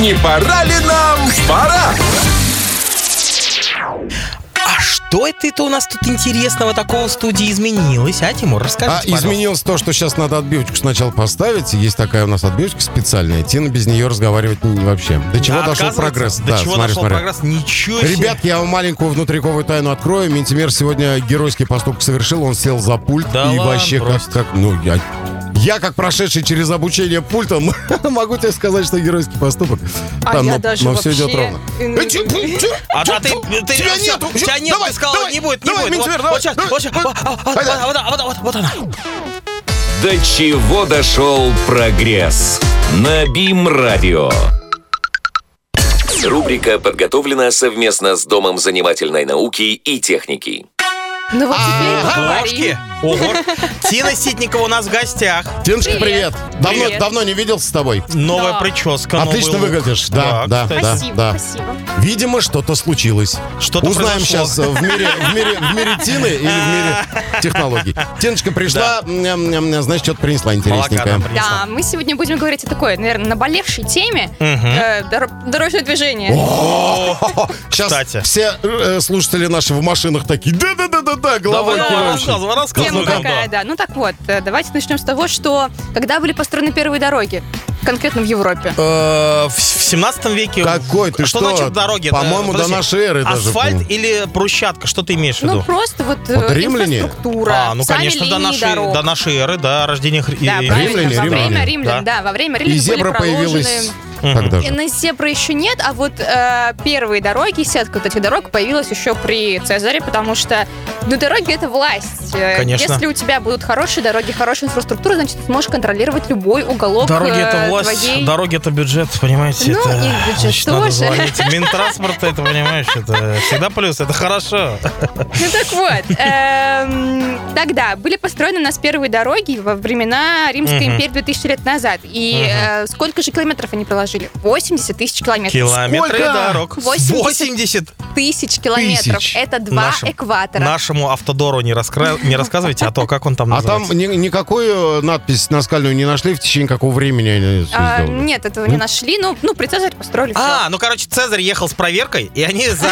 Не пора ли нам? Пора! А что это у нас тут интересного такого в студии изменилось, а, Тимур? Расскажите, А пожалуйста. изменилось то, что сейчас надо отбивочку сначала поставить. Есть такая у нас отбивочка специальная. Тина без нее разговаривать не вообще. До чего Да, дошел отказывается? прогресс? А, До Да, чего смотри, дошел смотри. прогресс? Ничего себе. Ребят, я вам маленькую внутриковую тайну открою. Ментимер сегодня геройский поступок совершил. Он сел за пульт Да и ладно, вообще как, брось. как... Ну, я... Я, как прошедший через обучение пультом, могу тебе сказать, что геройский поступок. А Там, ну, я но, даже но все вообще идет ровно. ин- Э, тю, тю, тю, А, а ты, тю, ты, тебя всё, нету, тебя нет, давай, ты сказала, давай, не будет, не давай, будет. Вот- Ментимер, вот, давай, сейчас, давай, вот сейчас, давай. вот, вот, вот, Давай. вот, вот, вот, вот она. До чего дошел прогресс? На БИМ-радио. Рубрика подготовлена совместно с Домом занимательной науки и техники. Ну вот теперь А, Ложки. поговорим. Ого. Тина Ситникова у нас в гостях. Тиночка, Привет. привет. Давно, Привет. давно не виделся с тобой. Новая Да. прическа. новый Отлично лук. выглядишь. Да, да, да, кстати. да. Спасибо, спасибо. Видимо, что-то случилось. Что-то Узнаем произошло. сейчас э, в мире, в, мире, в мире Тины или в мире технологий. Тиночка пришла, м, м, м, значит, что-то принесла Молока интересненькое. нам принесла. Да, мы сегодня будем говорить о такой, наверное, наболевшей теме. э, дор- дорожное движение. Сейчас Кстати. все э, слушатели наши в машинах такие, да-да-да-да-да, головой Давай, кивающие. рассказывай, Тема рассказывай. такая, да. Ну так вот, э, давайте начнем с того, что когда были построены первые дороги, конкретно в Европе. Э, В в 17 веке... Какой ты, А что? значит дороги? По-моему, Подожди. до нашей эры даже. Асфальт или брусчатка? Что ты имеешь в Ну виду? просто вот Вот э, римляне? инфраструктура, А, ну, сами конечно, до линии нашей, дорог. до нашей эры, до рождения хри- Да, и- правильно, Римляне, во римляне. время римлян, Да. да, во время И римлян были зебра появилась проложены... когда же? На зебра еще нет, а вот э, первые дороги, сетка вот этих дорог появилась еще при Цезаре, потому что, ну, дороги — это власть. Э, Конечно. Если у тебя будут хорошие дороги, хорошая инфраструктура, значит, ты сможешь контролировать любой уголок Дороги э, это власть, твоей... дороги это бюджет, понимаете? Ну, это, и бюджет значит, надо тоже. звонить. Минтранспорт, это, понимаешь, это всегда плюс, это хорошо. Ну, так вот, эм, тогда были построены у нас первые дороги во времена Римской Мгм. империи 2000 лет назад. И э, сколько же километров они проложили? 80 тысяч километров. Километры Сколько? дорог. 80 80. тысяч километров. Тысяч. Это два Нашим- экватора. Нашему автодору не, раскра- не рассказывайте, а то как он там А там называется. ни- никакую надпись наскальную не нашли в течение какого времени они А, это сделали? нет, этого не нашли. Ну, ну при Цезаре построили всё. А, ну, короче, Цезарь ехал с проверкой, и они за, за,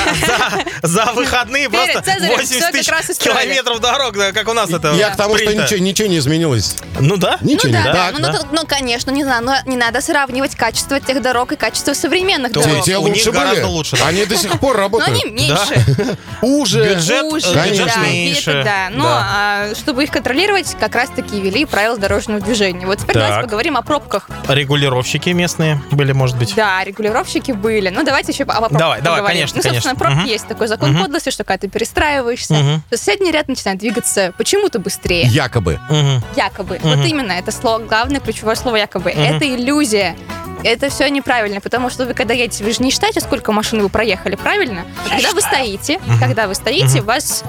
за выходные Перед просто Цезарем 80 всё как тысяч раз и строили. километров дорог, да, как у нас это Я к тому, что принято. ничего, ничего не изменилось. Ну да. Ничего Ну не да, так. ну, да. ну, тут, ну, конечно, не знаю, но не надо сравнивать качество тех дорог и качество современных То Те- дорог. те у них лучше были. гораздо лучше, да. Они до сих пор Но работают. они меньше, Уже. Бюджет, уже, э, да, бюджет где-то меньше, да. Но да. а, чтобы их контролировать, как раз-таки вели правила дорожного движения. Вот теперь Так. давайте поговорим о пробках. Регулировщики местные были, может быть. Да, регулировщики были. Ну, давайте еще о пробках Давай, давай, поговорим. конечно, Ну, собственно, конечно. пробки Мгм. есть такой закон Мгм. подлости, что когда ты перестраиваешься, Мгм. то соседний ряд начинает двигаться почему-то быстрее. Якобы. Мгм. якобы. Мгм. Вот именно, это слово, главное ключевое слово якобы. Это иллюзия. Это все неправильно, потому что вы, когда едете, вы же не считаете, сколько машин вы проехали, правильно? А когда вы стоите, когда вы стоите, вас...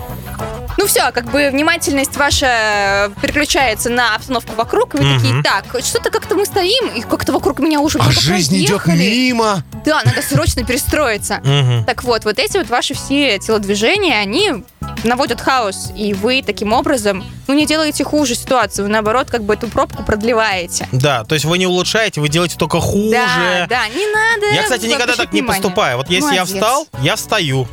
Ну все, как бы внимательность ваша переключается на обстановку вокруг, и вы Мгм. такие, так, что-то как-то мы стоим, и как-то вокруг меня уже А кто-то жизнь идет проехали». мимо. Да, надо срочно перестроиться. Мгм. Так вот, вот эти вот ваши все телодвижения, они наводят хаос, и вы таким образом, ну, не делаете хуже ситуацию, вы, наоборот, как бы эту пробку продлеваете. Да, то есть вы не улучшаете, вы делаете только хуже. Да, да, не надо. Я, кстати, никогда обращать так не внимание. поступаю. Вот если я Молодец. встал, я встаю.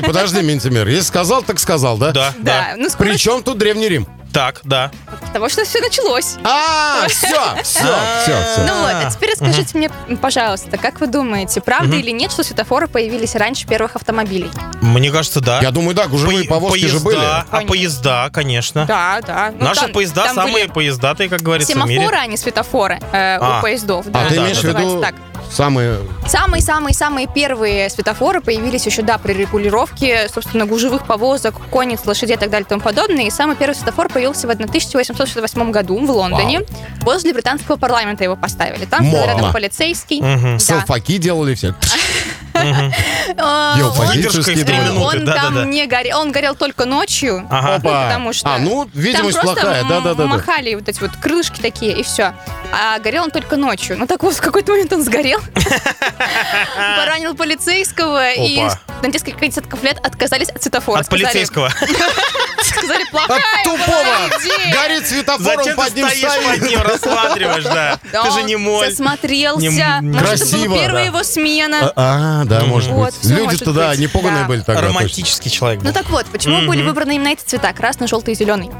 подожди, Ментимер. Если сказал, так сказал, да? Да, Да, да. ну, скоро Причем тут Древний Рим? Так, да. потому что все началось. А, все, все, все, Ну все. А, вот, а теперь скажите мне, пожалуйста, как вы думаете, правда или нет, что светофоры появились раньше первых автомобилей? Мне кажется, да. Я думаю, да, гужевые Пое- повозки поезда, же были. А Конечно. поезда, конечно. Да, да. Ну, А. Наши там- поезда там самые были поездатые, как говорится, в Семафоры, мире. а не светофоры э, А. у поездов. А да. ты да, имеешь в называется виду так. самые... Самые-самые-самые первые светофоры появились еще, да, при регулировке, собственно, гужевых повозок, конниц, лошадей и так далее и тому подобное. И самый первый светофор появился в 1868 году в Лондоне. Возле британского парламента его поставили. Там стоял Модно. рядом полицейский. Мгм. Да. Салфаки делали все. Мгм. Э, Ё, он- пойди. Выдержкой в три Полицейский, он- минуты, Он да-да-да. там не горел, он горел только ночью. Ага. Ну, Потому что А, ну, видимость там просто плохая, м- да-да-да. махали вот эти вот крылышки такие, и все. А горел он только ночью. Ну так вот, в какой-то момент он сгорел. Поранил полицейского, и Опа. на несколько десятков лет отказались от светофора. От Сказали, полицейского. сказали, плохая От была тупого. идея. Горит светофором, Зачем ты под ним стоишь под ним, рассматриваешь, да? Да, Ты же не мой. Засмотрелся. Не м- Может, это Красиво, была первая да. его смена. А, а, Ну, да, может Вот, быть. всё Люди-то, может да, быть, не поганые да. были тогда. точно. Романтический человек Ну был. так вот, почему Мгм. были выбраны именно эти цвета? Красный, желтый и зеленый.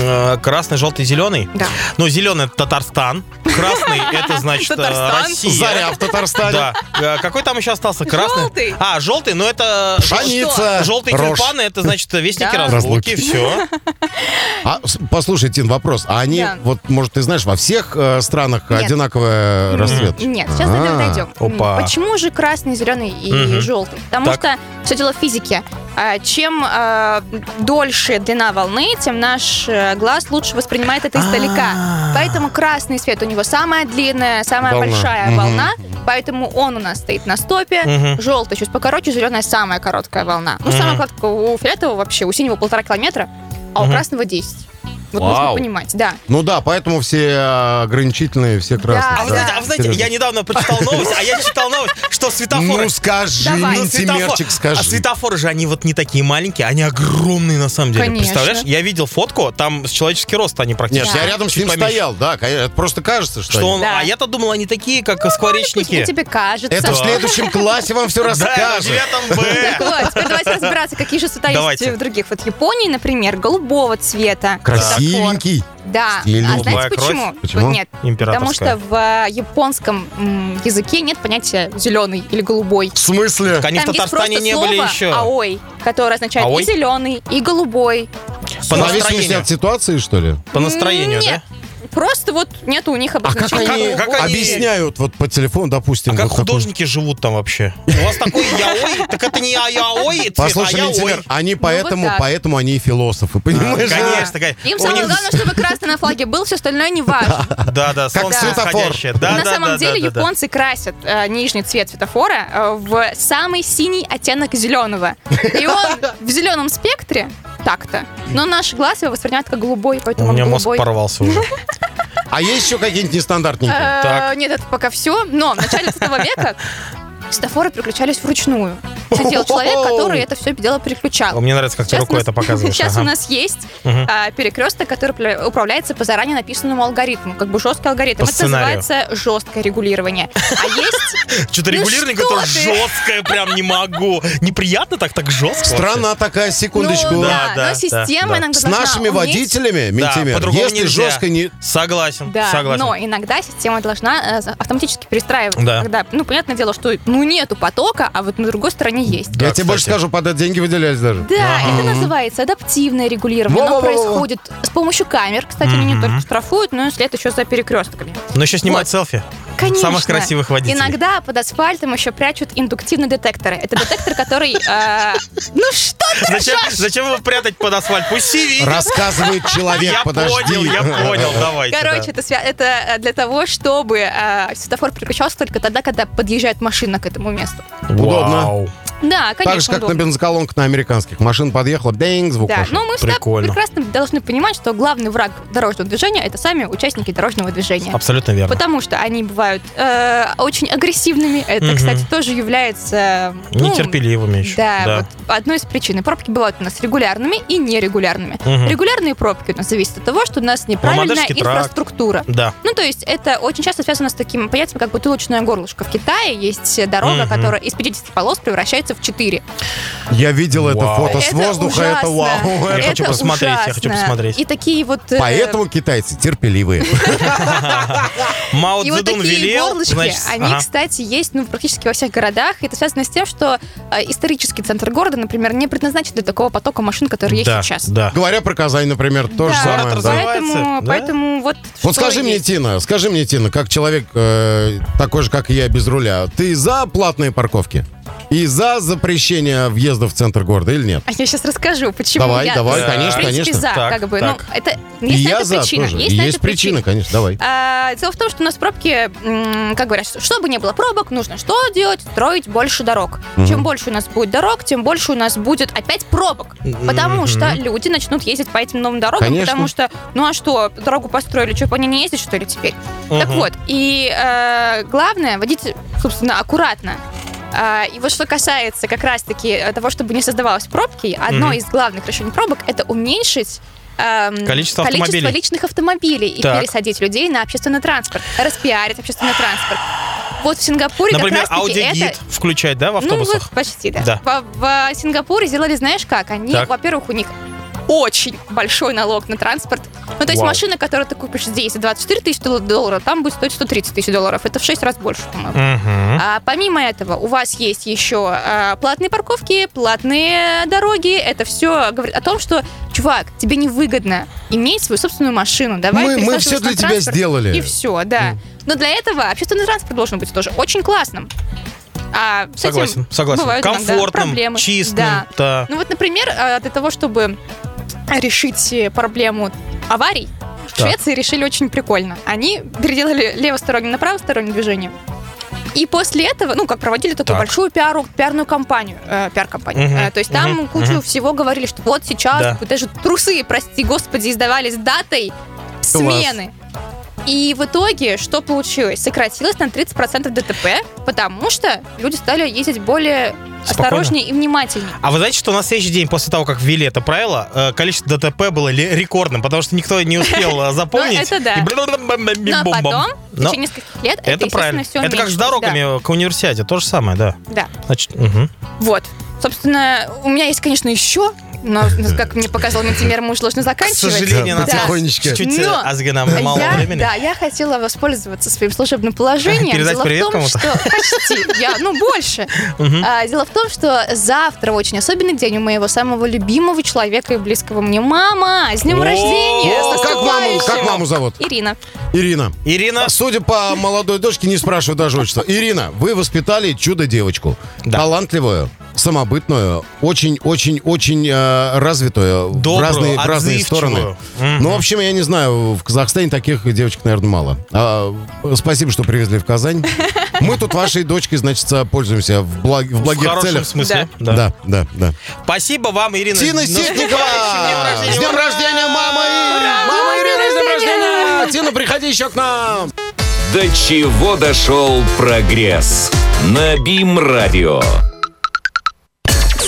Э, Красный, желтый, зеленый. Да. Ну, зеленый это Татарстан. Красный это значит э, Татарстан. Россия. Заря в Татарстане. Да. Э, Какой там еще остался? Красный. Желтый. А, желтый, но это. Пшеница, Желтые рожь. тюльпаны это значит вестники Да. разлуки. Все. А, с- послушай, Тин, вопрос. А они, Да. вот, может, ты знаешь, во всех э, странах э, Нет. одинаковая расцветка? Нет, сейчас до этого А, дойдем. опа. Почему же красный, зеленый и Мгм. желтый? Потому Так. что все дело в физике. А, Чем э, дольше длина волны, тем наш э, глаз лучше воспринимает это издалека. А-а-а. Поэтому красный свет у него самая длинная, самая Волна. большая Мгм. волна, поэтому он у нас стоит на стопе. Мгм. Желтый чуть покороче, зеленая самая короткая волна. Ну, Мгм. самая короткая у фиолетового вообще, у синего полтора километра, а у Мгм. красного 10. Вот Вау. нужно понимать, да. Ну да, поэтому все э, ограничительные, все красные. А А вы знаете, а вы знаете, я недавно прочитал новость, а я читал новость, что светофоры. Ну скажи, Давай. ну, Ну, Светофор. Тимерчик, скажи. А светофоры же, они вот не такие маленькие, они огромные на самом деле. Конечно. Представляешь? Я видел фотку, там с человеческий рост они Нет, практически. я рядом с чуть ним поменьше. стоял, да, конечно, это просто кажется, что, Что они- он, Да. А я-то думал, они такие, как Пусть скворечники. тебе кажется. Это в Да. следующем классе вам все Да, это в расскажет. девятом Б. Вот, теперь давайте разбираться, какие же цвета Э. Давайте. есть в других. Вот в Японии, например, голубого цвета. Красивенький. Да. Стильный. А Голубая знаете почему? кровь? Почему? Вот Нет. Потому что Императорская. в э, японском м, языке нет понятия зеленый или голубой. В Они смысле? в Там есть Татарстане просто не слово а были еще. «аой», которое означает «Аой»? и зеленый, и голубой. По В зависимости настроению. от ситуации, что ли? По настроению, Нет. да? Просто вот нету у них А как обозначения. они голубого. как они- объясняют вот по телефону, допустим? А как вот такой- художники живут там вообще? У вас такой яой, так это не я- яой, цвет, а Послушай, яой. Минтимер, они Ну, вот поэтому, так. поэтому они и философы, понимаешь? А, Конечно, конечно. Им У самое них- главное, чтобы красный на флаге был, все остальное не важно. Да, да, солнце светофор. восходящее. Да, На да, самом да, деле да, да. японцы красят э, нижний цвет светофора э, в самый синий оттенок зеленого. И он в зеленом спектре так-то. Но наш глаз его воспринимает как голубой, поэтому У он меня мозг голубой. порвался уже. А есть еще какие-нибудь нестандартненькие? Э, Так. Нет, это пока все. Но в начале 20 века светофоры переключались вручную. Сидел человек, который это все дело переключал. Мне нравится, как ты А, Сейчас у рукой нас- это показываешь. Сейчас Ага. у нас есть Мгм. перекресток, который пля- управляется по заранее написанному алгоритму, как бы жесткий алгоритм. По это сценарию. называется жесткое регулирование. А есть Что-то Ну регулирование что какое-то ты? жесткое, прям не могу. Неприятно так, так жестко. Страна такая, секундочку. Ну, да, Да, да, но система да, да. иногда С должна нашими уметь- Да, водителями, Минтимер, по-другому если нельзя. жестко не... Согласен, Да, согласен. но иногда система должна э, за- автоматически перестраиваться. Да. Когда, ну, понятное дело, что ну нету потока, а вот на другой стороне есть. Я Да, тебе больше кстати. скажу, под это деньги выделялись даже. Да, Ага. это называется адаптивное регулирование. Оно Во-во-во-во. происходит с помощью камер. Кстати, они не Мгм. только штрафуют, но и след еще за перекрестками. Но еще снимать Вот. селфи. Конечно. Самых красивых водителей. Иногда под асфальтом еще прячут индуктивные детекторы. Это детектор, который... э, Ну что ты Зачем, ржёшь? зачем его прятать под асфальт? Пусть все видят. Рассказывает человек, Я подожди. понял, я понял, давайте. да. Короче, это, свя- это э, для того, чтобы э, светофор переключался только тогда, когда подъезжает машина к этому месту. удобно. Вау. Да, конечно, Так же, как на удобно. бензоколонках на американских. Машина подъехала, дэнг, звук Да, ну, пошел. но мы всегда Прикольно. прекрасно должны понимать, что главный враг дорожного движения это сами участники дорожного движения. Абсолютно верно. Потому что они бывают э, очень агрессивными. Это, Мгм. кстати, тоже является ну, Нетерпеливыми еще. Да, вот одной из причин. И Пробки бывают у нас регулярными и нерегулярными. Мгм. Регулярные пробки у нас зависят от того, что у нас неправильная Мамадышский тракт. инфраструктура. Да. Ну, то есть это очень часто связано с таким понятием, как бутылочное горлышко. В Китае есть дорога, Мгм. которая из 50 полос превращается в 4. Я видел это Вау. фото с Это воздуха, ужасно. это вау. Я Это хочу посмотреть, я хочу ужасно. посмотреть. И такие вот... э, Поэтому китайцы терпеливые. Мао И вот Цзэдун такие велел, горлышки, значит, они, ага. кстати, есть ну, практически во всех городах. И это связано с тем, что э, исторический центр города, например, не предназначен для такого потока машин, который да, есть сейчас. Да. Говоря про Казань, например, то же Да, самое. Город да. развивается, Поэтому, да? поэтому вот... Вот что скажи мне, есть. Тина, скажи мне, Тина, как человек э, такой же, как и я, без руля, ты за платные парковки? И за запрещение въезда в центр города или нет? А я сейчас расскажу, почему Давай, я давай, за. конечно, в принципе, конечно. за, Так, как бы. так. Ну, это, и есть на я это за причина. тоже. Есть, на это причина. конечно, давай. А, дело в том, что у нас пробки, м, как говорят, что- чтобы не было пробок, нужно что делать? Строить больше дорог. Мгм. Чем больше у нас будет дорог, тем больше у нас будет опять пробок. Потому что люди начнут ездить по этим новым дорогам, Конечно. потому что, ну а что, дорогу построили, что, по ней не ездить, что ли, теперь? Так Мгм. вот, и э, главное, водитель, собственно, аккуратно. А, И вот что касается как раз-таки э, того, чтобы не создавалось пробки, одно Мгм. из главных решений пробок это уменьшить эм, Количество автомобилей. личных автомобилей и Так. пересадить людей на общественный транспорт, распиарить общественный транспорт. Вот в Сингапуре Например, как раз-таки аудиогид это... включать, да, в Ну вот автобусах? почти, да. Да. В, в Сингапуре сделали, знаешь как, они, Так. во-первых, у них очень большой налог на транспорт. Ну, то есть Вау. машина, которую ты купишь здесь за 24 тысячи дол- долларов, там будет стоить 130 тысяч долларов. Это в 6 раз больше, по-моему. Мгм. А, помимо этого, у вас есть еще а, платные парковки, платные дороги. Это все говорит о том, что, чувак, тебе невыгодно иметь свою собственную машину. Давай Мы- мы пересаживайся всё для на тебя транспорт, сделали. И все, да. Но для этого общественный транспорт должен быть тоже очень классным. А с этим Согласен, согласен. бывают иногда Комфортным, проблемы. чистым, Да. да. Ну вот, например, э, для того, чтобы решить э, проблему аварий, в Так. Швеции решили очень прикольно. Они переделали левостороннее на правостороннее движение. И после этого, ну, как проводили такую Так. большую пиару, пиарную кампанию, э, пиар-компанию. Мгм, Э, то есть там мгм, кучу мгм. всего говорили, что вот сейчас Да. даже трусы, прости господи, издавали с датой смены. И в итоге что получилось? Сократилось на 30% ДТП, потому что люди стали ездить более Спокойно. осторожнее и внимательнее. А вы знаете, что на следующий день после того, как ввели это правило, э, количество ДТП было ли- рекордным, потому что никто не успел э, запомнить. Ну, это да. И блин-блин-блин-блин-бим-бом-бом. Ну а потом, в Но течение нескольких лет, это, Это правильно. все Это как с дорогами к универсиаде, то же самое, да. Да, Значит, мгм. да. Вот. Собственно, у меня есть, конечно, еще, но, как мне показал мультимер, мы уже должны К заканчивать. сожалению, Да, нас потихонечку. чуть-чуть э, Но Азги, нам мало я, времени. Да, я хотела воспользоваться своим служебным положением. Передать Дело привет в том, кому-то? что почти я, ну больше. Мгм. А, дело в том, что завтра очень особенный день у моего самого любимого человека и близкого мне мама. С днем О, рождения! о, С Как маму, как наступающим! маму зовут? Ирина. Ирина. Ирина, А Судя по молодой дочке, не спрашиваю даже отчества. Ирина, вы воспитали чудо-девочку. Да. Талантливую, самобытную, очень-очень-очень э, развитую. в Добрую, разные, в разные отзывчивую. стороны. Мгм. Ну, в общем, я не знаю, в Казахстане таких девочек, наверное, мало. А, спасибо, что привезли в Казань. Мы тут вашей дочкой, значит, пользуемся в, благ- в в благих хорошем целях. смысле. Да, да, да. Спасибо вам, Ирина. Ну, Тина Наступающим Ситникова! днем С днем рождения! рождения, мама! Ира! Мама Ирина, с днем рождения! Тина, приходи еще к нам! До чего дошел прогресс на БИМ-радио.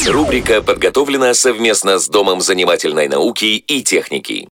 Рубрика подготовлена совместно с Домом занимательной науки и техники.